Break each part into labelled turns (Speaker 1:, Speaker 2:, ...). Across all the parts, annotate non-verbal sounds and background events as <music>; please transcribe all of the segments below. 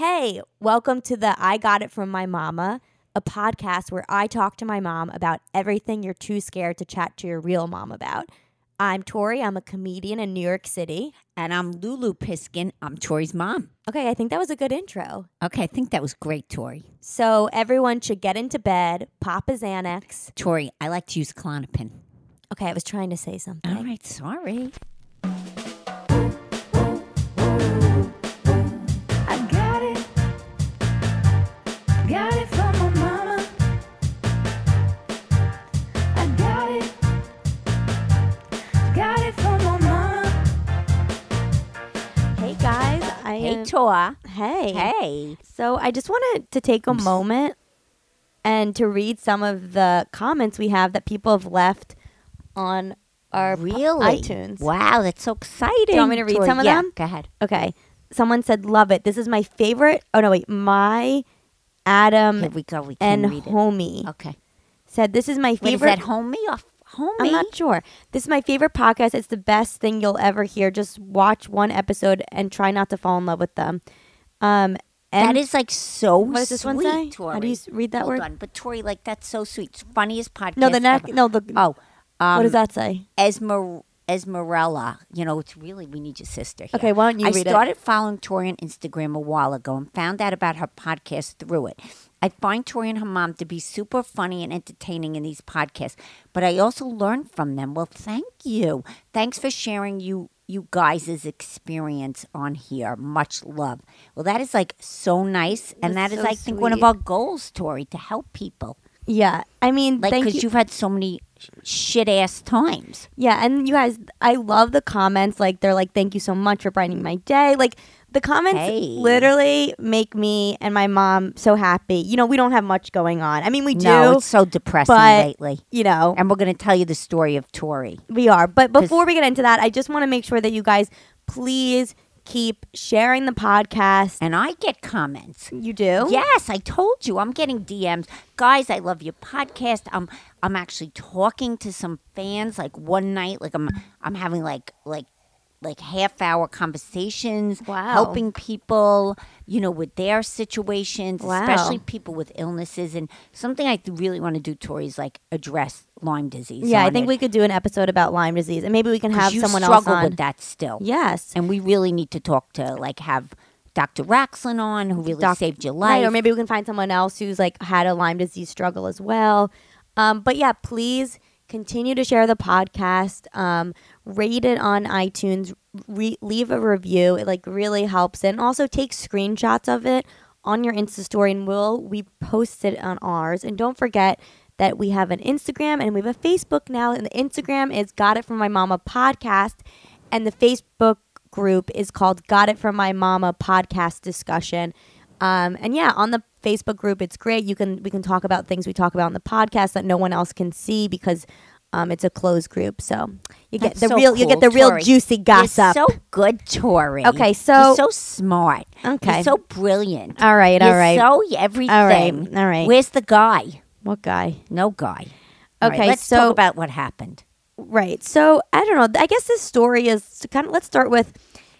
Speaker 1: Hey, welcome to the I Got It From My Mama, a podcast where I talk to my mom about everything you're too scared to chat to your real mom about. I'm Tori. I'm a comedian in New York City.
Speaker 2: And I'm Lulu Piskin. I'm Tori's mom.
Speaker 1: Okay, I think that was a good intro.
Speaker 2: Okay, I think that was great, Tori.
Speaker 1: So everyone should get into bed, pop a Xanax.
Speaker 2: Tori, I like to use Clonopin.
Speaker 1: Okay, I was trying to say something.
Speaker 2: All right, sorry.
Speaker 3: I got it. Got it from my mama. I got it. Got it from my mama.
Speaker 1: Hey guys, I am-
Speaker 2: Tor.
Speaker 1: hey
Speaker 2: Hey.
Speaker 1: So I just wanted to take a moment and to read some of the comments we have that people have left on our po-
Speaker 2: Really?
Speaker 1: iTunes.
Speaker 2: Wow, that's so exciting. Do
Speaker 1: you want me to read some of them?
Speaker 2: Go ahead.
Speaker 1: Okay. Someone said, "Love it. This is my favorite." Oh no, wait. My Adam
Speaker 2: Here we go. We can
Speaker 1: Mm. and
Speaker 2: read it.
Speaker 1: homie
Speaker 2: Okay.
Speaker 1: said, "This is my
Speaker 2: Wait,
Speaker 1: favorite."
Speaker 2: is that homie or f- homie?
Speaker 1: I'm not sure. This is my favorite podcast. It's the best thing you'll ever hear. Just watch one episode and try not to fall in love with them. Um, and
Speaker 2: that is like so
Speaker 1: what does this
Speaker 2: sweet,
Speaker 1: one say?
Speaker 2: Tori.
Speaker 1: How do you s- read that
Speaker 2: Hold
Speaker 1: word?
Speaker 2: on, but Tori, like that's so sweet. It's funniest podcast.
Speaker 1: No, the neck.
Speaker 2: ever.
Speaker 1: No, the
Speaker 2: Oh, um,
Speaker 1: what does that say?
Speaker 2: Esmer- Esmerella. You know, it's really we need your sister. Here.
Speaker 1: Okay, why don't you
Speaker 2: I
Speaker 1: read it?
Speaker 2: started following Tori on Instagram a while ago and found out about her podcast through it. I find Tori and her mom to be super funny and entertaining in these podcasts, but I also learn from them. Well, thank you. Thanks for sharing you you guys' experience on here. Much love. Well, that is like so nice, and
Speaker 1: That's
Speaker 2: that is,
Speaker 1: so
Speaker 2: I think, one of
Speaker 1: sweet.
Speaker 2: our goals, Tori, to help people.
Speaker 1: Yeah, I mean,
Speaker 2: Like,
Speaker 1: thank
Speaker 2: because
Speaker 1: you.
Speaker 2: you've had so many shit ass times.
Speaker 1: Yeah, and you guys, I love the comments. Like they're like, "Thank you so much for brightening my day." Like the comments
Speaker 2: Hey.
Speaker 1: literally make me and my mom so happy. You know, we don't have much going on. I mean, we do.
Speaker 2: No, it's so depressing
Speaker 1: but-
Speaker 2: lately.
Speaker 1: you know,
Speaker 2: And we're going to tell you the story of Tori.
Speaker 1: we are. But before we get into that, I just want to make sure that you guys please keep sharing the podcast.
Speaker 2: And I get comments.
Speaker 1: you do?
Speaker 2: Yes, I told you. I'm getting DMs. Guys, I love your podcast. I'm I'm actually talking to some fans like one night like I'm I'm having like like like half hour conversations
Speaker 1: Wow.
Speaker 2: helping people, you know, with their situations,
Speaker 1: Wow.
Speaker 2: especially people with illnesses and something I really want to do Tori is like address Lyme disease.
Speaker 1: Yeah, I
Speaker 2: on
Speaker 1: think
Speaker 2: it.
Speaker 1: we could do an episode about Lyme disease, and maybe we can
Speaker 2: 'Cause
Speaker 1: have
Speaker 2: you
Speaker 1: someone
Speaker 2: struggle
Speaker 1: else on.
Speaker 2: with that still.
Speaker 1: Yes.
Speaker 2: and we really need to talk to like have Dr. Raxlin on, who really
Speaker 1: doc-
Speaker 2: saved your life.
Speaker 1: Right, or maybe we can find someone else who's like had a Lyme disease struggle as well. Um, but yeah, please continue to share the podcast, um, rate it on iTunes, re- leave a review. It like really helps, and also take screenshots of it on your Insta story, and we'll we post it on ours. And don't forget that we have an Instagram and we have a Facebook now, and the Instagram is Got It From My Mama Podcast, and the Facebook group is called Got It From My Mama Podcast Discussion. Um, and yeah, on the Facebook group, it's great. You can we can talk about things we talk about on the podcast that no one else can see because um, it's a closed group. So you get
Speaker 2: That's
Speaker 1: the
Speaker 2: so
Speaker 1: real you
Speaker 2: cool,
Speaker 1: get the real
Speaker 2: Tori.
Speaker 1: juicy gossip.
Speaker 2: You're so good, Tori.
Speaker 1: Okay, so-
Speaker 2: You're so smart.
Speaker 1: Okay.
Speaker 2: You're so brilliant.
Speaker 1: all right, all
Speaker 2: You're
Speaker 1: right.
Speaker 2: So everything.
Speaker 1: All right, all right.
Speaker 2: Where's the guy?
Speaker 1: what guy?
Speaker 2: No guy. All right,
Speaker 1: Okay,
Speaker 2: let's
Speaker 1: so-
Speaker 2: talk about what happened.
Speaker 1: Right. So I don't know. I guess this story is kind of. Let's start with.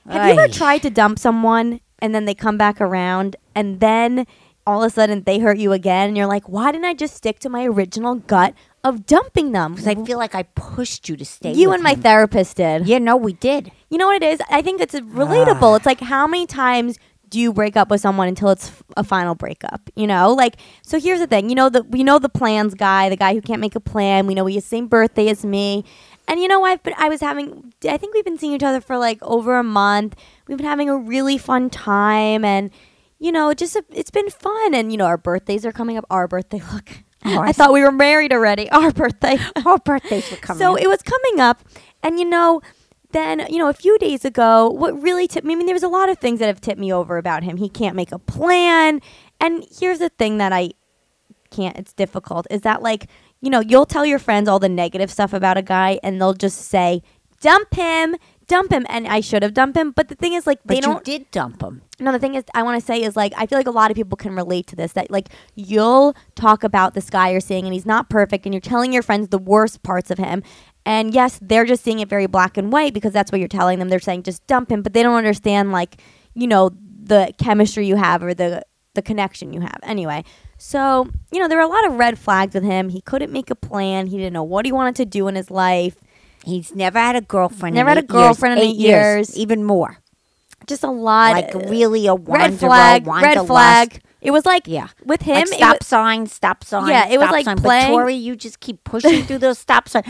Speaker 1: Have you
Speaker 2: Aye.
Speaker 1: ever tried to dump someone and then they come back around and then all of a sudden they hurt you again and you're like, why didn't I just stick to my original gut of dumping them?
Speaker 2: Because I feel like I pushed you to stay.
Speaker 1: you
Speaker 2: with
Speaker 1: and my
Speaker 2: him.
Speaker 1: therapist did.
Speaker 2: yeah, no,
Speaker 1: <laughs>
Speaker 2: we did.
Speaker 1: You know what it is? I think it's relatable. It's like how many times do you break up with someone until it's f- a final breakup? You know, like so. Here's the thing. You know the we know the plans guy, the guy who can't make a plan. We know he has the same birthday as me, and you know I've been I was having I think we've been seeing each other for like over a month. We've been having a really fun time, and you know just a, it's been fun. And you know our birthdays are coming up. Our birthday <laughs> look. I
Speaker 2: Ours.
Speaker 1: thought we were married already. <laughs> Our birthday.
Speaker 2: Our birthdays were coming.
Speaker 1: So
Speaker 2: up.
Speaker 1: it was coming up, and you know, then you know, a few days ago, what really tipped me. I mean, there was a lot of things that have tipped me over about him. He can't make a plan, and here's the thing that I can't. It's difficult. Is that like you know, you'll tell your friends all the negative stuff about a guy, and they'll just say, "Dump him." Dump him, and I should have dumped him. But the thing is, like,
Speaker 2: but
Speaker 1: they
Speaker 2: you
Speaker 1: don't.
Speaker 2: did dump him.
Speaker 1: No, the thing is, I want to say is like I feel like a lot of people can relate to this. That like you'll talk about this guy you're seeing, and he's not perfect, and you're telling your friends the worst parts of him. And yes, they're just seeing it very black and white because that's what you're telling them. They're saying just dump him, but they don't understand like you know the chemistry you have or the the connection you have. Anyway, so you know there were a lot of red flags with him. He couldn't make a plan. He didn't know what he wanted to do in his life.
Speaker 2: He's never had a girlfriend. in
Speaker 1: Never had a
Speaker 2: eight years.
Speaker 1: girlfriend in eight years.
Speaker 2: even more.
Speaker 1: Just a lot,
Speaker 2: Like really a
Speaker 1: uh, red
Speaker 2: wanderer,
Speaker 1: flag, red
Speaker 2: wanderlust.
Speaker 1: flag. It was like
Speaker 2: Yeah.
Speaker 1: with him.
Speaker 2: Like
Speaker 1: it
Speaker 2: stop
Speaker 1: was-
Speaker 2: sign, stop sign.
Speaker 1: Yeah, it was
Speaker 2: stop
Speaker 1: like
Speaker 2: sign.
Speaker 1: playing-
Speaker 2: But Tori, you just keep pushing
Speaker 1: <laughs>
Speaker 2: through those stop signs.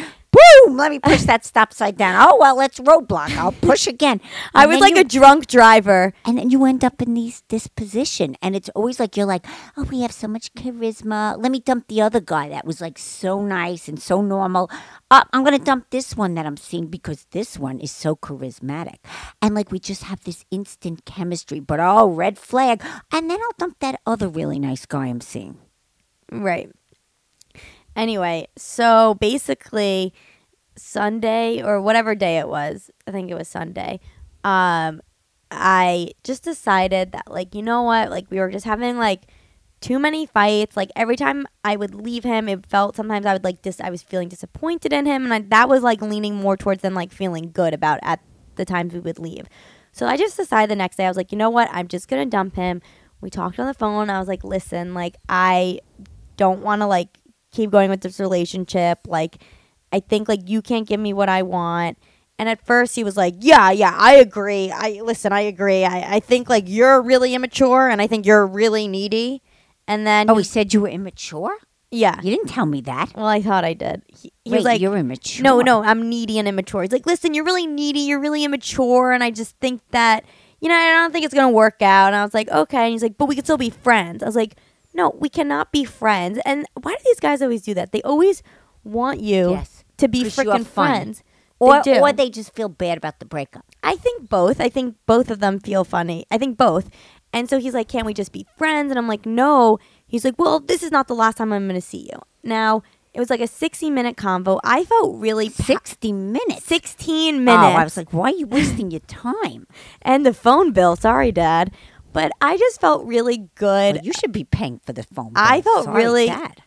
Speaker 2: Boom! Let me push that stop sign down. Oh well, it's roadblock. I'll push again.
Speaker 1: I
Speaker 2: And
Speaker 1: was
Speaker 2: then
Speaker 1: like
Speaker 2: you-
Speaker 1: a drunk driver.
Speaker 2: and then you end up in these this position, and it's always like you're like, oh, we have so much charisma. Let me dump the other guy that was like so nice and so normal. Uh, I'm gonna dump this one that I'm seeing because this one is so charismatic, and like we just have this instant chemistry. But oh, red flag, and then I'll dump that other really nice guy I'm seeing.
Speaker 1: Mm-hmm. Right. Anyway, so basically Sunday or whatever day it was, I think it was Sunday. Um I just decided that like you know what, like we were just having like too many fights. Like every time I would leave him, it felt sometimes I would like dis- I was feeling disappointed in him and I, that was like leaning more towards than like feeling good about at the times we would leave. So I just decided the next day I was like, "You know what? I'm just going to dump him." We talked on the phone. I was like, "Listen, like I don't want to like keep going with this relationship. Like, I think like you can't give me what I want. And at first he was like, Yeah, yeah, I agree. I listen, I agree. I, I think like you're really immature and I think you're really needy. And then
Speaker 2: Oh, he
Speaker 1: he-
Speaker 2: said you were immature.
Speaker 1: yeah.
Speaker 2: You didn't tell me that.
Speaker 1: Well, I thought I did. He, he
Speaker 2: Wait,
Speaker 1: was like,
Speaker 2: you're immature.
Speaker 1: No, no, I'm needy and immature. He's like, Listen, you're really needy. You're really immature. And I just think that, you know, I don't think it's going to work out. And I was like, Okay. And he's like, But we could still be friends. I was like, No, we cannot be friends. And why do these guys always do that? They always want you
Speaker 2: Yes.
Speaker 1: to be
Speaker 2: 'Cause you are
Speaker 1: freaking
Speaker 2: fun.
Speaker 1: friends.
Speaker 2: Or,
Speaker 1: do.
Speaker 2: or they just feel bad about the breakup.
Speaker 1: I think both. I think both of them feel funny. I think both. And so he's like, "Can't we just be friends?" And I'm like, "No." He's like, "Well, this is not the last time I'm going to see you." Now, it was like a 60-minute convo. I felt really pa-
Speaker 2: 60 minutes.
Speaker 1: 16 minutes.
Speaker 2: Oh, I was like, why are you wasting your time?
Speaker 1: and the phone bill. Sorry, dad. But I just felt really good.
Speaker 2: Well, you should be paying for the phone. Bill.
Speaker 1: I felt
Speaker 2: Sorry,
Speaker 1: really <laughs>
Speaker 2: Dad.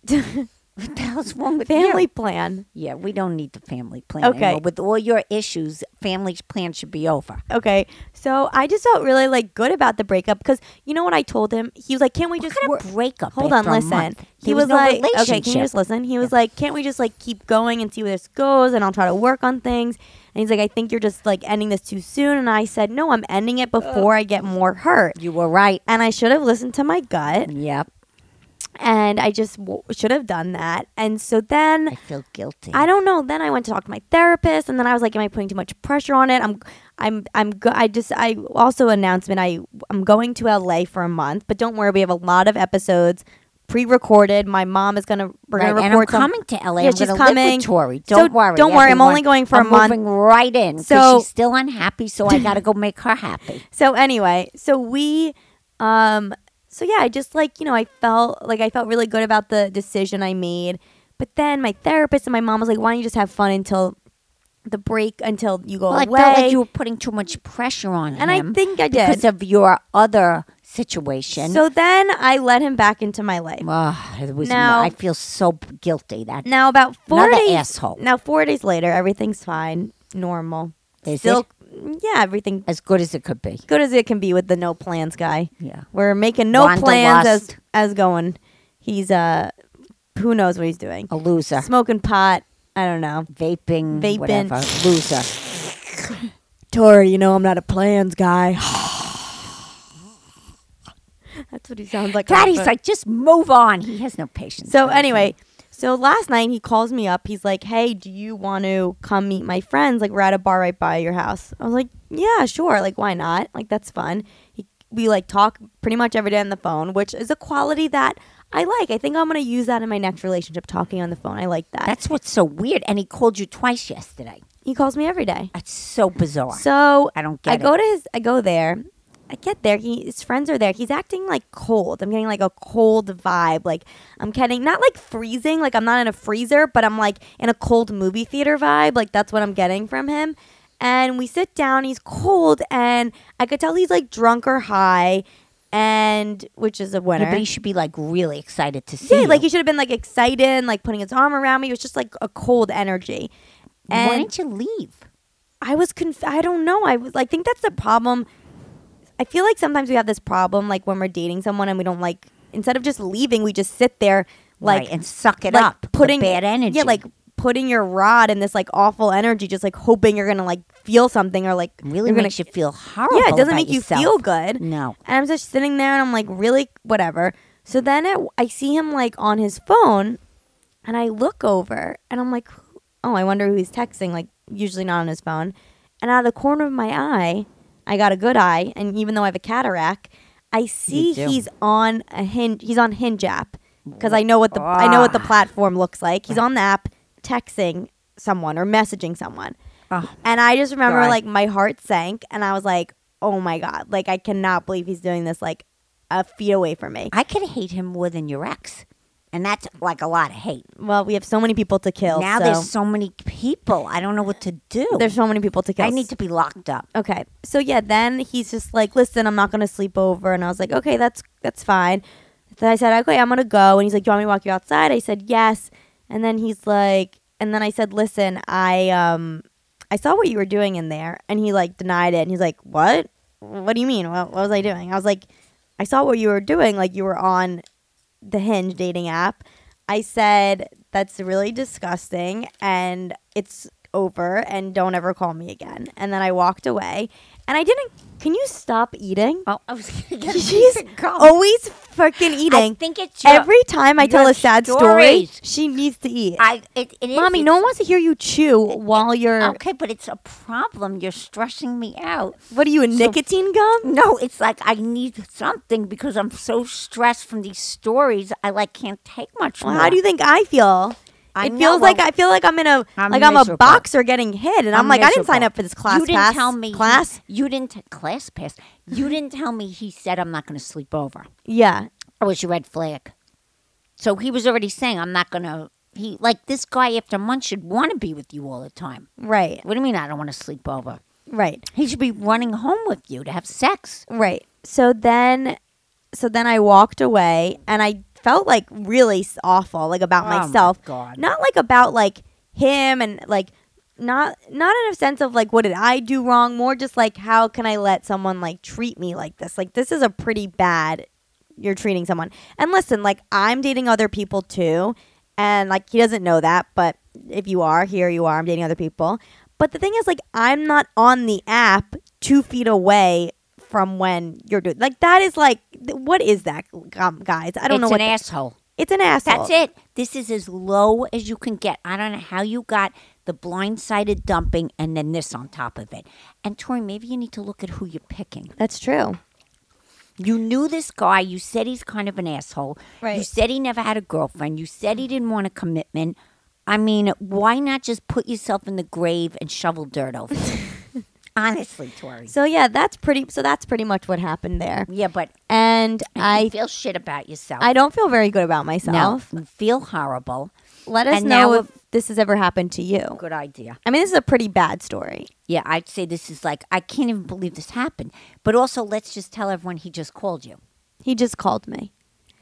Speaker 2: What the hell's wrong with
Speaker 1: family
Speaker 2: you?
Speaker 1: plan.
Speaker 2: Yeah, we don't need the family plan.
Speaker 1: Okay.
Speaker 2: anymore. With all your issues, family plan should be over.
Speaker 1: Okay. So, I just felt really like good about the breakup cuz you know what I told him? He was like, "Can't we just
Speaker 2: What kind
Speaker 1: work-
Speaker 2: of breakup?
Speaker 1: Hold on,
Speaker 2: after a
Speaker 1: listen.
Speaker 2: month?
Speaker 1: He
Speaker 2: There
Speaker 1: was,
Speaker 2: no
Speaker 1: like, okay, can
Speaker 2: relationship.
Speaker 1: you just listen? He was like, can't we just like keep going and see where this goes? And I'll try to work on things. And he's like, I think you're just like ending this too soon. And I said, no, I'm ending it before I get more hurt.
Speaker 2: You
Speaker 1: <laughs>
Speaker 2: were right.
Speaker 1: And I should have listened to my gut,
Speaker 2: Yep.
Speaker 1: and I just w- should have done that. And so then
Speaker 2: I feel guilty.
Speaker 1: I don't know. Then I went to talk to my therapist, and then I was like, "Am I putting too much pressure on it?" I'm, I'm, I'm. Go- I just, I also announcement. I, I'm going to LA for a month, but don't worry, we have a lot of episodes pre-recorded. My mom is gonna, we're
Speaker 2: Right,
Speaker 1: gonna
Speaker 2: and I'm
Speaker 1: record some-
Speaker 2: coming to LA.
Speaker 1: Yeah,
Speaker 2: I'm
Speaker 1: she's
Speaker 2: gonna Live
Speaker 1: coming.
Speaker 2: with Tori.
Speaker 1: So
Speaker 2: Don't worry.
Speaker 1: don't worry, I'm
Speaker 2: everyone.
Speaker 1: only going for a
Speaker 2: I'm
Speaker 1: month.
Speaker 2: Moving right in.
Speaker 1: So-
Speaker 2: So she's still unhappy, so I got to go make
Speaker 1: <laughs>
Speaker 2: her happy.
Speaker 1: So anyway, so we, um, so yeah, I just like you know, I felt like I felt really good about the decision I made, but then my therapist and my mom was like, "Why don't you just have fun until the break until you go
Speaker 2: Well, I
Speaker 1: away?"
Speaker 2: felt like you were putting too much pressure on
Speaker 1: and
Speaker 2: him
Speaker 1: I think I did.
Speaker 2: because of your other situation.
Speaker 1: So then I let him back into my life.
Speaker 2: Ah, it was.
Speaker 1: Now-
Speaker 2: I feel so b- guilty that
Speaker 1: now about four
Speaker 2: Another
Speaker 1: days.
Speaker 2: asshole.
Speaker 1: Now four days later, everything's fine, normal.
Speaker 2: Is
Speaker 1: Still, yeah, everything
Speaker 2: as good as it could be.
Speaker 1: good as it can be with the no plans guy.
Speaker 2: Yeah.
Speaker 1: We're making no
Speaker 2: Wanderlust.
Speaker 1: plans as as going. He's uh, who knows what he's doing?
Speaker 2: A loser,
Speaker 1: Smoking pot. I don't know.
Speaker 2: vaping,
Speaker 1: Vaping.
Speaker 2: whatever. Loser.
Speaker 1: Tori, you know I'm not a plans guy. <sighs> That's what he sounds like.
Speaker 2: Daddy's
Speaker 1: But-
Speaker 2: like, just move on. He has no patience.
Speaker 1: So
Speaker 2: for this
Speaker 1: anyway, so last night he calls me up. He's like, "Hey, do you want to come meet my friends? Like we're at a bar right by your house." I was like, "Yeah, sure. Like why not? Like that's fun." He, we like talk pretty much every day on the phone, which is a quality that I like. I think I'm gonna use that in my next relationship, talking on the phone. I like that.
Speaker 2: That's what's so weird. And he called you twice yesterday.
Speaker 1: he calls me every day.
Speaker 2: That's so bizarre.
Speaker 1: So
Speaker 2: I don't
Speaker 1: I
Speaker 2: get
Speaker 1: go
Speaker 2: it.
Speaker 1: to his. I go there. I get there. He, his friends are there. He's acting like cold. I'm getting like a cold vibe. Like I'm getting not like freezing. Like I'm not in a freezer, but I'm like in a cold movie theater vibe. Like that's what I'm getting from him. And we sit down. He's cold, and I could tell he's like drunk or high, and which is a winner.
Speaker 2: Yeah, but he should be like really excited to see.
Speaker 1: yeah, like
Speaker 2: you.
Speaker 1: he should have been like excited, and, like putting his arm around me. It was just like a cold energy.
Speaker 2: why
Speaker 1: And
Speaker 2: didn't you leave?
Speaker 1: I was conf- I don't know. I was I think that's the problem. I feel like sometimes we have this problem, like when we're dating someone and we don't like. Instead of just leaving, we just sit there, like
Speaker 2: right, and suck it
Speaker 1: like
Speaker 2: up. the
Speaker 1: putting
Speaker 2: bad energy.
Speaker 1: Yeah, like putting your rod in this like awful energy, just like hoping you're gonna like feel something or like you're
Speaker 2: really
Speaker 1: gonna,
Speaker 2: makes you feel horrible.
Speaker 1: yeah, it doesn't
Speaker 2: about
Speaker 1: make you
Speaker 2: yourself.
Speaker 1: feel good.
Speaker 2: No.
Speaker 1: And I'm just sitting there and I'm like, really, whatever. So then it, I see him like on his phone and I look over and I'm like, oh, I wonder who he's texting. Like, usually not on his phone. And out of the corner of my eye, I got a good eye. And even though I have a cataract, I see
Speaker 2: do.
Speaker 1: he's on a hinge. He's on Hinge app because I know what the I know what the platform looks like. He's on the app texting someone or messaging someone.
Speaker 2: Oh,
Speaker 1: And I just remember
Speaker 2: God.
Speaker 1: like my heart sank and I was like, oh my God, like I cannot believe he's doing this like a feet away from me.
Speaker 2: I could hate him more than your ex, and that's like a lot of hate.
Speaker 1: Well, we have so many people to kill.
Speaker 2: now
Speaker 1: so-
Speaker 2: there's so many people. I don't know what to do.
Speaker 1: there's so many people to kill.
Speaker 2: I need to be locked up.
Speaker 1: Okay. So yeah, then he's just like, listen, I'm not gonna sleep over, and I was like, okay, that's that's fine. Then I said, okay, I'm gonna go, and he's like, do you want me to walk you outside? I said yes, and then he's like, and then I said, listen, I um, I saw what you were doing in there, and he like denied it, and he's like, what? What do you mean? What, what was I doing? I was like, I saw what you were doing, like you were on the Hinge dating app. I said that's really disgusting, and it's over, and don't ever call me again. And then I walked away, and I didn't. Can you stop eating?
Speaker 2: Oh, I was gonna <laughs> get a piece
Speaker 1: She's
Speaker 2: of gum.
Speaker 1: always fucking
Speaker 2: I
Speaker 1: eating.
Speaker 2: think it's your,
Speaker 1: Every time I
Speaker 2: your
Speaker 1: tell a sad story,
Speaker 2: stories.
Speaker 1: she needs to eat.
Speaker 2: I it, it is-
Speaker 1: Mommy,
Speaker 2: it's-
Speaker 1: no one wants to hear you chew while you're.
Speaker 2: Okay, but it's a problem. You're stressing me out.
Speaker 1: What are you, a nicotine gum?
Speaker 2: No, it's like I need something because I'm so stressed from these stories. I like can't take much
Speaker 1: Well,
Speaker 2: more.
Speaker 1: how do you think I feel?
Speaker 2: I
Speaker 1: it
Speaker 2: know,
Speaker 1: feels like
Speaker 2: well,
Speaker 1: I feel like I'm in a
Speaker 2: I'm
Speaker 1: like I'm a
Speaker 2: miserable.
Speaker 1: boxer getting hit, and I'm,
Speaker 2: I'm
Speaker 1: like I didn't sign
Speaker 2: miserable.
Speaker 1: up for this class.
Speaker 2: You didn't
Speaker 1: pass,
Speaker 2: tell me he-
Speaker 1: class.
Speaker 2: you didn't t- class pass. You didn't tell me he said I'm not going to sleep over.
Speaker 1: Yeah,
Speaker 2: It was your red flag. So he was already saying I'm not going to. He like this guy after months should want to be with you all the time.
Speaker 1: right,
Speaker 2: What do you mean I don't want to sleep over?
Speaker 1: right,
Speaker 2: He should be running home with you to have sex.
Speaker 1: right. So then, so then I walked away, and I felt like really s- awful, like about
Speaker 2: Oh, my
Speaker 1: myself.
Speaker 2: God.
Speaker 1: Not like about like him, and like not not in a sense of like what did I do wrong. More just like how can I let someone like treat me like this? Like this is a pretty bad you're treating someone. And listen, like I'm dating other people too, and like he doesn't know that, but if you are, here you are, I'm dating other people. But the thing is like I'm not on the app 2 feet away from when you're doing like that is like th- what is that um, guys? I don't
Speaker 2: it's
Speaker 1: know what
Speaker 2: an
Speaker 1: the-
Speaker 2: asshole.
Speaker 1: it's an asshole.
Speaker 2: That's it. This is as low as you can get. I don't know how you got the blindsided dumping and then this on top of it. And Tori, maybe you need to look at who you're picking.
Speaker 1: That's true.
Speaker 2: You knew this guy. You said he's kind of an asshole. You
Speaker 1: Right. Mm.
Speaker 2: said he never had a girlfriend. You said he didn't want a commitment. I mean, why not just put yourself in the grave and shovel dirt over it?
Speaker 1: <laughs>
Speaker 2: Honestly, Tori.
Speaker 1: So yeah, that's pretty so that's pretty much what happened there.
Speaker 2: Yeah, but
Speaker 1: And
Speaker 2: I
Speaker 1: I
Speaker 2: feel shit about yourself.
Speaker 1: I don't feel very good about
Speaker 2: no,
Speaker 1: myself.
Speaker 2: you feel horrible.
Speaker 1: Let us
Speaker 2: And now
Speaker 1: know
Speaker 2: if-
Speaker 1: if this has ever happened to you.
Speaker 2: Good idea.
Speaker 1: I mean, this is a pretty bad story.
Speaker 2: Yeah, I'd say this is like I can't even believe this happened. But also, let's just tell everyone he just called you
Speaker 1: He just called me.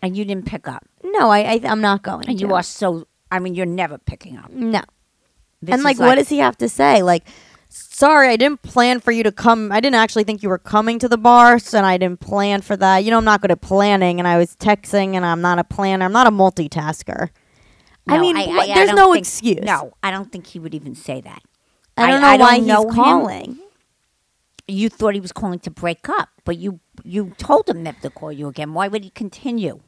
Speaker 2: and you didn't pick up,
Speaker 1: No, I, I I'm not going.
Speaker 2: and you
Speaker 1: to.
Speaker 2: are so. I mean, you're never picking up.
Speaker 1: no.
Speaker 2: This
Speaker 1: and
Speaker 2: is
Speaker 1: like, what does he have to say? Like, sorry, I didn't plan for you to come. I didn't actually think you were coming to the bar, so- and I didn't plan for that. You know, I'm not good at planning, and I was texting, and I'm not a planner. I'm not a multitasker. I
Speaker 2: No,
Speaker 1: mean,
Speaker 2: I-
Speaker 1: what-
Speaker 2: I- I
Speaker 1: there's
Speaker 2: don't
Speaker 1: no
Speaker 2: think-
Speaker 1: excuse.
Speaker 2: No, I don't think he would even say that.
Speaker 1: I don't know
Speaker 2: I- I
Speaker 1: why
Speaker 2: don't know
Speaker 1: he's
Speaker 2: him.
Speaker 1: calling.
Speaker 2: You thought he was calling to break up, but you you told him never to call you again. Why would he continue?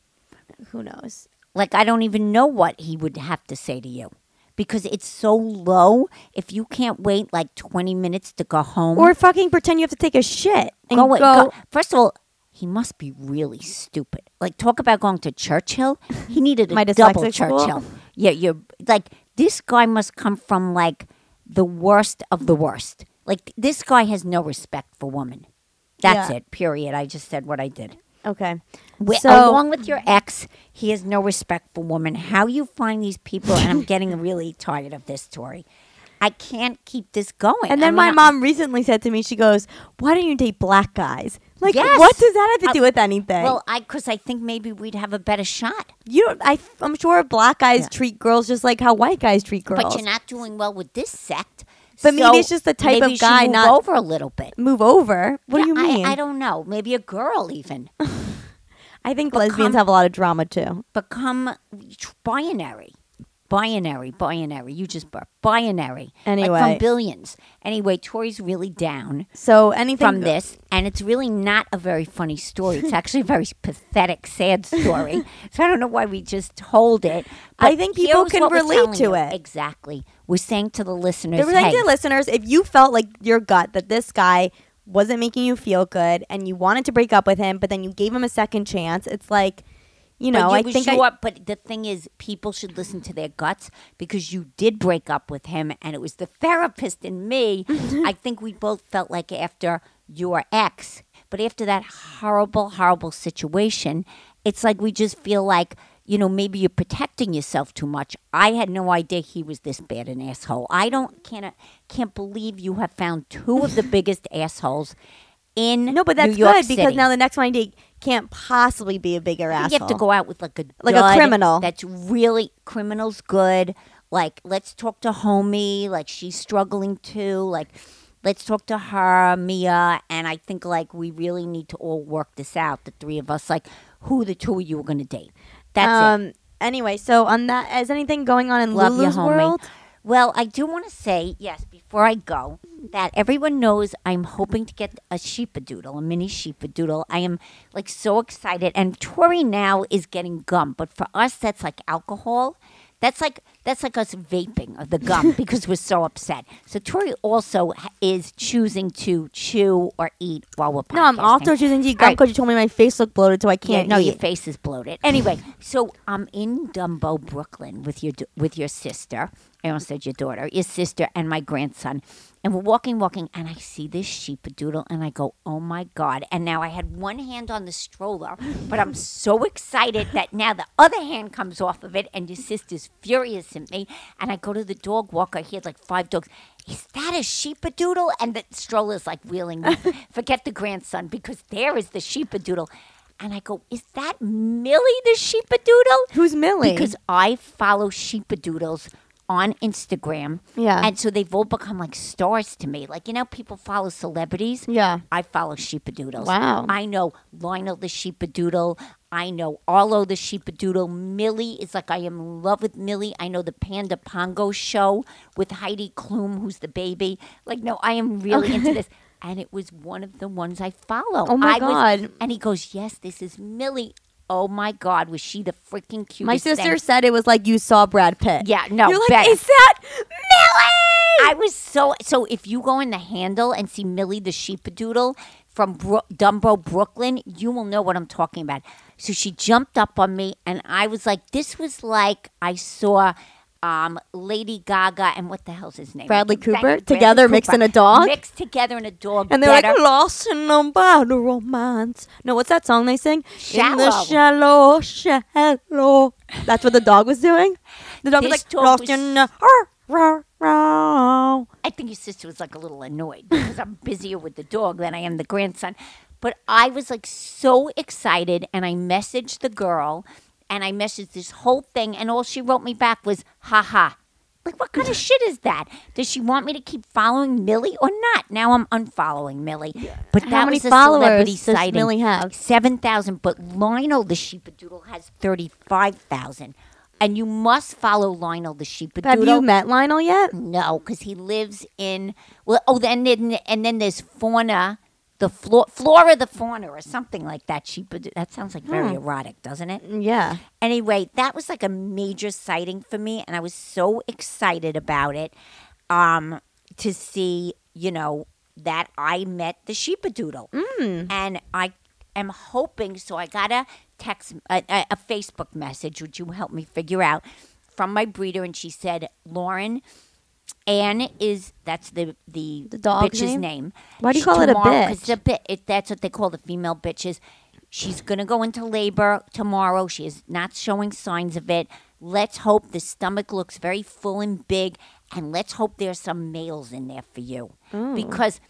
Speaker 1: Who knows?
Speaker 2: Like I don't even know what he would have to say to you. Because it's so low, if you can't wait like twenty minutes to go home,
Speaker 1: Or fucking pretend you have to take a shit and
Speaker 2: go,
Speaker 1: go.
Speaker 2: go. First of all, he must be really stupid. Like talk about going to Churchill. He needed a
Speaker 1: My
Speaker 2: double
Speaker 1: dyslexic school?
Speaker 2: Churchill. Yeah, you're like this guy must come from like the worst of the worst. Like this guy has no respect for women. That's
Speaker 1: Yeah.
Speaker 2: it. Period. I just said what I did.
Speaker 1: Okay.
Speaker 2: Wi-
Speaker 1: So-
Speaker 2: along with your ex, he has no respect for women. How you find these people?
Speaker 1: <laughs>
Speaker 2: And I'm getting really tired of this story. I can't keep this going.
Speaker 1: And
Speaker 2: I
Speaker 1: then
Speaker 2: mean,
Speaker 1: my
Speaker 2: I-
Speaker 1: mom recently said to me, she goes, "Why don't you date black guys?" Like,
Speaker 2: Yes.
Speaker 1: what does that have to
Speaker 2: I-
Speaker 1: do with anything?
Speaker 2: Well, I because I think maybe we'd have a better shot.
Speaker 1: you, don't, I, I'm sure black guys treat girls just like how white guys treat girls.
Speaker 2: But you're not doing well with this sect.
Speaker 1: But maybe
Speaker 2: So
Speaker 1: it's just the type
Speaker 2: maybe
Speaker 1: of
Speaker 2: you should
Speaker 1: guy
Speaker 2: move
Speaker 1: not-
Speaker 2: over a little bit.
Speaker 1: Move over. What do you
Speaker 2: Yeah, I-
Speaker 1: mean?
Speaker 2: I, don't know. Maybe a girl even
Speaker 1: I think lesbians
Speaker 2: come-
Speaker 1: have a lot of drama too.
Speaker 2: become binary. Binary, binary. You just burp. Binary. like
Speaker 1: Anyway.
Speaker 2: from billions. Anyway, Tori's really down
Speaker 1: So anything
Speaker 2: from this, and it's really not a very funny
Speaker 1: <laughs>
Speaker 2: story. It's actually a very pathetic, sad story. so I don't know why we just told it.
Speaker 1: I think people
Speaker 2: here's
Speaker 1: can
Speaker 2: what we're
Speaker 1: relate
Speaker 2: telling
Speaker 1: to
Speaker 2: you.
Speaker 1: it.
Speaker 2: Exactly. We're saying to the listeners,
Speaker 1: They were saying
Speaker 2: hey,
Speaker 1: to the listeners, if you felt like your gut that this guy wasn't making you feel good and you wanted to break up with him, but then you gave him a second chance, it's like, you know,
Speaker 2: but
Speaker 1: I
Speaker 2: you
Speaker 1: think I,
Speaker 2: sure, but the thing is, people should listen to their guts because you did break up with him, and it was the therapist
Speaker 1: <laughs>
Speaker 2: and me. I think we both felt like after your ex, but after that horrible, horrible situation, it's like we just feel like. You know, maybe you're protecting yourself too much. I had no idea he was this bad an asshole. I don't can't can't believe you have found two of the biggest assholes in
Speaker 1: no, but
Speaker 2: New
Speaker 1: that's
Speaker 2: York
Speaker 1: good because
Speaker 2: City.
Speaker 1: now the next one I date can't possibly be a bigger
Speaker 2: I
Speaker 1: asshole.
Speaker 2: think You have to go out with like a
Speaker 1: Like a
Speaker 2: dud
Speaker 1: criminal.
Speaker 2: That's really criminals good. Like let's talk to homie. Like she's struggling too. Like let's talk to her, Mia. And I think like we really need to all work this out. The three of us. Like who the two of you are gonna date. That's it.
Speaker 1: um, Anyway, so on that, is anything going on in
Speaker 2: Love you,
Speaker 1: Lulu's
Speaker 2: homie.
Speaker 1: world?
Speaker 2: Well, I do want to say, yes, before I go, that everyone knows I'm hoping to get a sheepadoodle, a mini sheepadoodle. I am like so excited. And Tori now is getting gum, but for us, that's like alcohol. That's like that's like us vaping of the
Speaker 1: <laughs>
Speaker 2: gum because we're so upset. So Tori also ha- is choosing to chew or eat while we're podcasting.
Speaker 1: No, I'm also choosing to eat
Speaker 2: All
Speaker 1: gum
Speaker 2: right.
Speaker 1: because you told me my face looked bloated, so I can't.
Speaker 2: Yeah, no, your
Speaker 1: eat.
Speaker 2: face is bloated. Anyway, so I'm in Dumbo, Brooklyn, with your d- with your sister. I almost said your daughter, your sister, and my grandson. And we're walking, walking, and I see this sheepadoodle, and I go, "Oh my god!" And now I had one hand on the stroller, but I'm so excited that now the other hand comes off of it, and your sister's furious at me. And I go to the dog walker. He had like five dogs. Is that a sheepadoodle? And the stroller's like
Speaker 1: <laughs>
Speaker 2: wheeling. me. Forget the grandson because there is the sheepadoodle. And I go, is that Millie the sheepadoodle?
Speaker 1: Who's Millie?
Speaker 2: Because I follow sheepadoodles on Instagram.
Speaker 1: Yeah.
Speaker 2: And so they've all become like stars to me. Like, you know, people follow celebrities.
Speaker 1: Yeah.
Speaker 2: I follow sheepadoodles.
Speaker 1: Wow.
Speaker 2: I know Lionel the sheepadoodle. I know Arlo the sheepadoodle. Millie is like, I am in love with Millie. I know the Panda Pongo show with Heidi Klum, who's the baby. Like, no, I am really into this. And it was one of the ones I follow.
Speaker 1: Oh, my
Speaker 2: I was-
Speaker 1: God.
Speaker 2: and he goes, "Yes, this is Millie." Oh my God, was she the freaking cutest?
Speaker 1: my sister
Speaker 2: thing?
Speaker 1: said it was like you saw Brad Pitt.
Speaker 2: Yeah, no,
Speaker 1: You're like,
Speaker 2: better.
Speaker 1: is that Millie?
Speaker 2: I was so so. If you go in the handle and see Millie the sheepadoodle from Bro- Dumbo, Brooklyn, you will know what I'm talking about. So she jumped up on me, and I was like, "This was like I saw." Um, Lady Gaga and what the hell's his name?
Speaker 1: Bradley
Speaker 2: I keep saying
Speaker 1: Cooper
Speaker 2: Bradley
Speaker 1: together mixed in a dog?
Speaker 2: Mixed together in a dog.
Speaker 1: And they're
Speaker 2: better.
Speaker 1: like "Oh, lost in a battle romance. No, what's that song they sing? In the shallow,
Speaker 2: Shallow.
Speaker 1: shallow. That's what the dog was doing. The dog was
Speaker 2: This
Speaker 1: like
Speaker 2: dog
Speaker 1: lost
Speaker 2: was-
Speaker 1: in a. Rah, rah, rah.
Speaker 2: I think your sister was like a little annoyed because I'm busier with the dog than I am the grandson. But I was like so excited and I messaged the girl and I messaged this whole thing and all she wrote me back was, ha ha. Like,
Speaker 1: <laughs>
Speaker 2: what kind of shit is that? Does she want me to keep following Millie or not? Now I'm unfollowing Millie. But that
Speaker 1: How many
Speaker 2: was a
Speaker 1: followers
Speaker 2: celebrity
Speaker 1: does
Speaker 2: sighting.
Speaker 1: Millie have?
Speaker 2: Seven thousand, but Lionel the Sheepadoodle has thirty-five thousand, and you must follow Lionel the Sheepadoodle.
Speaker 1: Have you met Lionel yet?
Speaker 2: No, because he lives in well. Oh, then then- and then there's fauna, the flora, flora the fauna, or something like that. She that sounds like very erotic, doesn't it?
Speaker 1: Yeah.
Speaker 2: Anyway, that was like a major sighting for me, and I was so excited about it. Um, to see you know that I met the sheepadoodle, mm. and I am hoping. So I got a text, a, a, a Facebook message, which you help me figure out from my breeder, and she said, "Lauren." Anne is that's the the,
Speaker 1: The dog's
Speaker 2: bitch's
Speaker 1: name?
Speaker 2: name.
Speaker 1: Why do you call it a bitch?
Speaker 2: Because a bit it, that's what they call the female bitches. She's gonna go into labor tomorrow. She is not showing signs of it. Let's hope the stomach looks very full and big, and let's hope there's some males in there for you
Speaker 1: Mm.
Speaker 2: because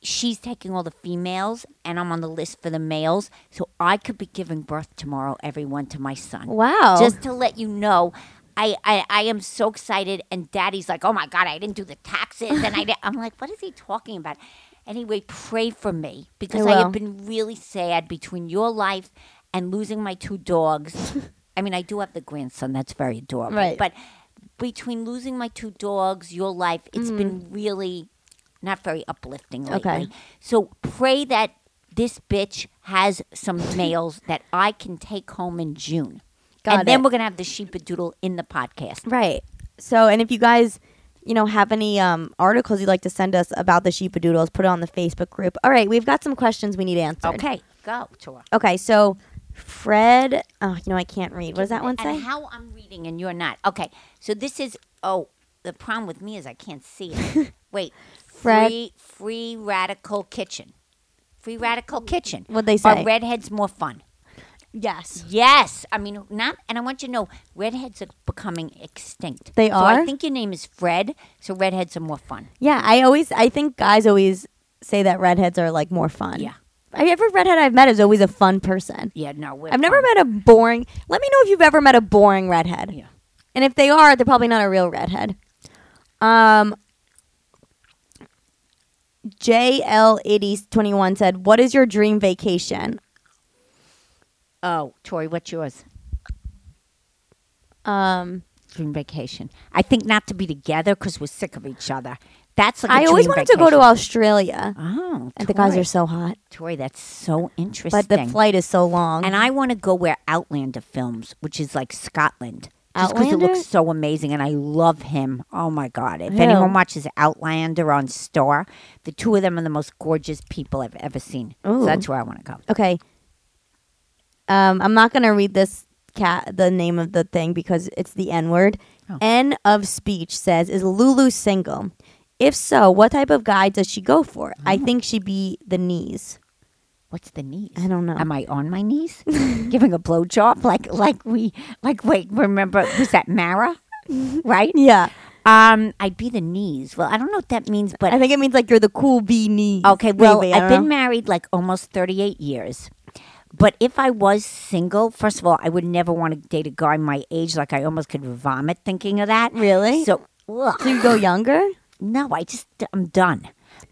Speaker 2: she's taking all the females, and I'm on the list for the males. So I could be giving birth tomorrow, everyone, to my son.
Speaker 1: Wow.
Speaker 2: Just to let you know, I, I, I am so excited. And daddy's like, oh my God, I didn't do the taxes. And I did. I'm like, what is he talking about? Anyway, pray for me because I,
Speaker 1: will.
Speaker 2: have been really sad between your life and losing my
Speaker 1: <laughs>
Speaker 2: two dogs. I mean, I do have the grandson. That's very adorable.
Speaker 1: Right.
Speaker 2: But between losing my two dogs, your life, it's been really not very uplifting lately.
Speaker 1: Mm. Okay.
Speaker 2: So pray that this bitch has some males that I can take home in June.
Speaker 1: Got
Speaker 2: and then
Speaker 1: it.
Speaker 2: we're going to have the sheepadoodle in the podcast.
Speaker 1: Right. So, and if you guys, you know, have any um, articles you'd like to send us about the sheepadoodles, put it on the Facebook group. All right, we've got some questions we need answered.
Speaker 2: Okay, go, Tora.
Speaker 1: Okay, so Fred, oh, you know, I can't read. What does that one say?
Speaker 2: And how I'm reading and you're not. Okay, so this is, oh, the problem with me is I can't see
Speaker 1: <laughs>
Speaker 2: it. Wait,
Speaker 1: Fred-
Speaker 2: free, free radical kitchen. Free radical kitchen.
Speaker 1: What'd they say?
Speaker 2: Are redheads more fun?
Speaker 1: yes.
Speaker 2: Yes, I mean not, and I want you to know redheads are becoming extinct.
Speaker 1: They
Speaker 2: so
Speaker 1: are?
Speaker 2: I think your name is Fred, so redheads are more fun.
Speaker 1: Yeah, I always, I think guys always say that redheads are like more fun.
Speaker 2: Yeah.
Speaker 1: I- Every redhead I've met is always a fun person.
Speaker 2: Yeah, no, we're
Speaker 1: I've never
Speaker 2: fun.
Speaker 1: met a boring. Let me know if you've ever met a boring redhead.
Speaker 2: Yeah.
Speaker 1: And if they are, they're probably not a real redhead. Um, JL Itty 21 said, What is your dream vacation?
Speaker 2: Oh, Tori, what's yours?
Speaker 1: Um,
Speaker 2: Dream vacation. I think not to be together because we're sick of each other. That's like I
Speaker 1: I always wanted to go to Australia.
Speaker 2: Oh,
Speaker 1: And the guys
Speaker 2: Tori.
Speaker 1: are so hot.
Speaker 2: Tori, that's so interesting.
Speaker 1: But the flight is so long.
Speaker 2: and I want to go where Outlander films, which is like Scotland. Just because it
Speaker 1: Outlander?
Speaker 2: looks so amazing, and I love him. Oh my God! If
Speaker 1: Ew.
Speaker 2: anyone watches Outlander on Star, the two of them are the most gorgeous people I've ever seen.
Speaker 1: Ooh.
Speaker 2: So that's where I want to go.
Speaker 1: okay. Um, I'm not going to read this cat, the name of the thing, because it's the N word.
Speaker 2: Oh.
Speaker 1: N of speech says, Is Lulu single? If so, what type of guy does she go for? I
Speaker 2: Oh.
Speaker 1: think she'd be the knees.
Speaker 2: What's the knees?
Speaker 1: I don't know.
Speaker 2: Am I on my knees, <laughs> giving a blowjob like like we like? Wait, remember was
Speaker 1: <laughs>
Speaker 2: that Mara? Right?
Speaker 1: Yeah.
Speaker 2: Um, I'd be the knees. Well, I don't know what that means, but
Speaker 1: I think it means like you're the cool bee knees.
Speaker 2: <laughs> Okay, well,
Speaker 1: Maybe, I
Speaker 2: I've
Speaker 1: don't
Speaker 2: been
Speaker 1: know.
Speaker 2: married like almost 38 years. But if I was single, first of all, I would never want to date a guy my age. Like, I almost could vomit thinking of that.
Speaker 1: Really?
Speaker 2: So, ugh.
Speaker 1: So you go younger?
Speaker 2: no, I just, I'm done.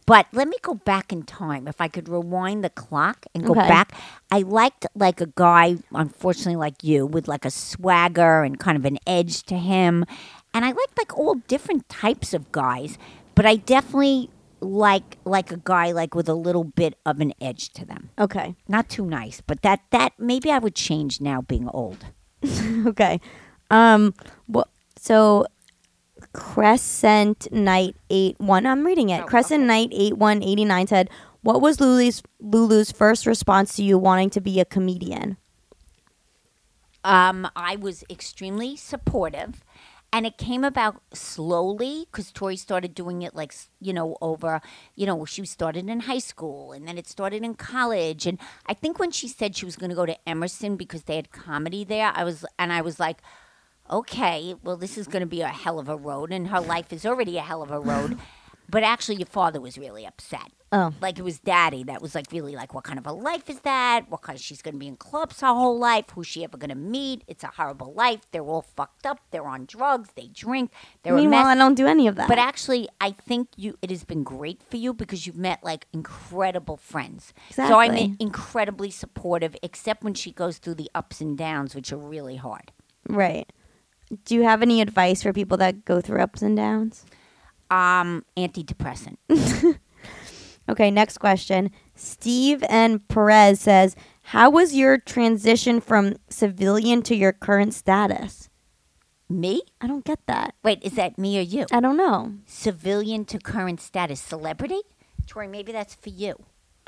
Speaker 2: But let me go back in time. If I could rewind the clock and go
Speaker 1: Okay.
Speaker 2: back, I liked like a guy, unfortunately, like you, with like a swagger and kind of an edge to him. And I liked like all different types of guys, but I definitely like like a guy like with a little bit of an edge to them.
Speaker 1: Okay.
Speaker 2: Not too nice, but that that maybe I would change now being old.
Speaker 1: Okay. Um. What? So, Crescent Night Eight One. I'm reading
Speaker 2: Oh,
Speaker 1: it. Crescent Night Eight One Eighty Nine said, "What was Lulu's Lulu's first response to you wanting to be a comedian?"
Speaker 2: Um, I was extremely supportive, and it came about slowly because Tori started doing it like s- you know over you know she started in high school and then it started in college, and I think when she said she was going to go to Emerson because they had comedy there, I was and I was like. Okay, well, this is going to be a hell of a road, and her life is already a hell of a road. But actually, your father was really upset
Speaker 1: Oh.
Speaker 2: like it was daddy that was like really like what kind of a life is that what kind of she's going to be in clubs her whole life who's she ever going to meet it's a horrible life they're all fucked up they're on drugs they drink they're a
Speaker 1: Meanwhile, I
Speaker 2: mess
Speaker 1: don't do any of that.
Speaker 2: but actually i think you it has been great for you because you've met like incredible friends so i'm
Speaker 1: Exactly.
Speaker 2: incredibly supportive except when she goes through the ups and downs which are really hard
Speaker 1: right. Do you have any advice for people that go through ups and downs?
Speaker 2: um antidepressant
Speaker 1: Okay, next question. Steve and Perez says, "How was your transition from civilian to your current status?"
Speaker 2: me
Speaker 1: I don't get that.
Speaker 2: wait is that me or you
Speaker 1: I don't know.
Speaker 2: civilian to current status celebrity tori maybe that's for you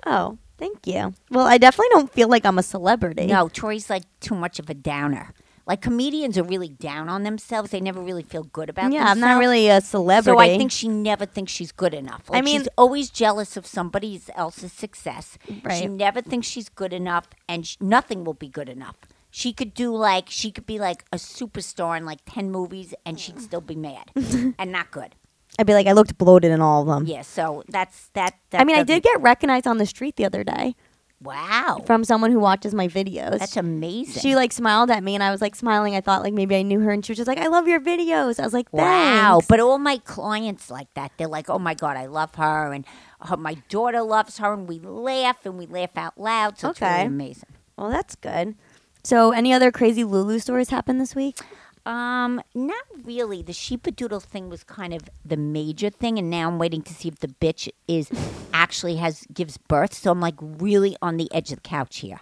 Speaker 1: Oh, thank you. Well, I definitely don't feel like I'm a celebrity.
Speaker 2: No, Tori's like too much of a downer. Like comedians are really down on themselves. They never really feel good
Speaker 1: Yeah,
Speaker 2: about
Speaker 1: I'm
Speaker 2: themselves.
Speaker 1: not really a celebrity.
Speaker 2: So I think she never thinks she's good enough. Like,
Speaker 1: mean-
Speaker 2: she's always jealous of somebody else's success. She
Speaker 1: Right.
Speaker 2: never thinks she's good enough, and sh nothing will be good enough. She could do like she could be like a superstar in like ten movies, and she'd still be mad
Speaker 1: <laughs>
Speaker 2: and not good.
Speaker 1: I'd be like, I looked bloated in all of them.
Speaker 2: Yeah. So that's that. that
Speaker 1: I mean, I did
Speaker 2: doesn't-
Speaker 1: get recognized on the street the other day.
Speaker 2: Wow.
Speaker 1: from someone who watches my videos.
Speaker 2: That's amazing.
Speaker 1: she like smiled at me and I was like smiling. I thought like maybe I knew her and she was just like, I love your videos. I was like,
Speaker 2: Wow.
Speaker 1: Thanks.
Speaker 2: But all my clients like that. They're like, oh my God, I love her. And her, my daughter loves her. And we laugh and we laugh out loud. So it's
Speaker 1: Okay.
Speaker 2: really amazing.
Speaker 1: Well, that's good. So, any other crazy Lulu stories happened this week?
Speaker 2: Um, not really. The sheepadoodle thing was kind of the major thing, and now I'm waiting to see if the bitch is actually has gives birth. So I'm like really on the edge of the couch here.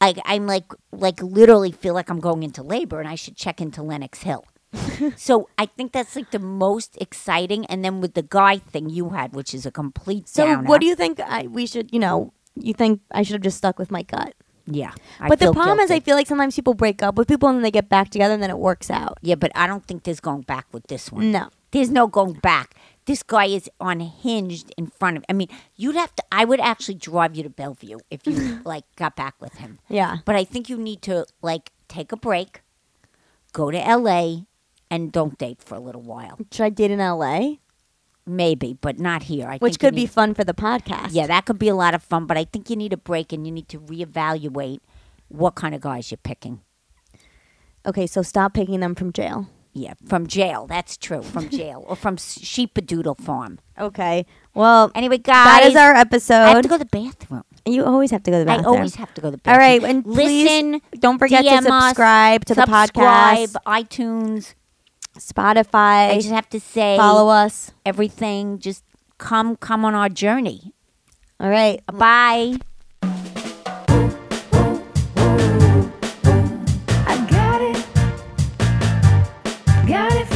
Speaker 2: Like I'm like like literally feel like I'm going into labor, and I should check into
Speaker 1: <laughs>
Speaker 2: Lenox Hill. so I think that's like the most exciting. And then with the guy thing you had, which is a complete
Speaker 1: So,
Speaker 2: downer.
Speaker 1: what do you think I, we should, you know, you think I should have just stuck with my gut?
Speaker 2: Yeah, I
Speaker 1: But the
Speaker 2: feel
Speaker 1: problem is, I
Speaker 2: guilty.
Speaker 1: feel like sometimes people break up with people and then they get back together and then it works out.
Speaker 2: Yeah, but I don't think there's going back with this one.
Speaker 1: No.
Speaker 2: There's no going back. This guy is unhinged in front of I mean, you'd have to I would actually drive you to Bellevue
Speaker 1: <laughs>
Speaker 2: if you like got back with him.
Speaker 1: Yeah.
Speaker 2: But I think you need to like take a break, go to LA and don't date for a little while.
Speaker 1: Should I date in LA?
Speaker 2: Maybe, but not here. I
Speaker 1: Which
Speaker 2: think you
Speaker 1: could be
Speaker 2: need-
Speaker 1: fun for the podcast.
Speaker 2: Yeah, that could be a lot of fun, but I think you need a break and you need to reevaluate what kind of guys you're picking.
Speaker 1: Okay, so stop picking them from jail.
Speaker 2: Yeah, from jail. That's true. From jail or from sheepadoodle farm.
Speaker 1: Okay. Well,
Speaker 2: Anyway, guys,
Speaker 1: that is our
Speaker 2: I have
Speaker 1: episode.
Speaker 2: to go to the bathroom.
Speaker 1: you always have to go to the
Speaker 2: I
Speaker 1: bathroom.
Speaker 2: always have to go to the
Speaker 1: All
Speaker 2: bathroom.
Speaker 1: right, and
Speaker 2: listen.
Speaker 1: please don't forget
Speaker 2: DM
Speaker 1: to
Speaker 2: us,
Speaker 1: subscribe to
Speaker 2: subscribe,
Speaker 1: the podcast,
Speaker 2: iTunes. I
Speaker 1: Spotify,
Speaker 2: just have to say,
Speaker 1: follow us.
Speaker 2: everything. Just come, come on our journey.
Speaker 1: All right.
Speaker 2: Bye.
Speaker 3: I got it. Got it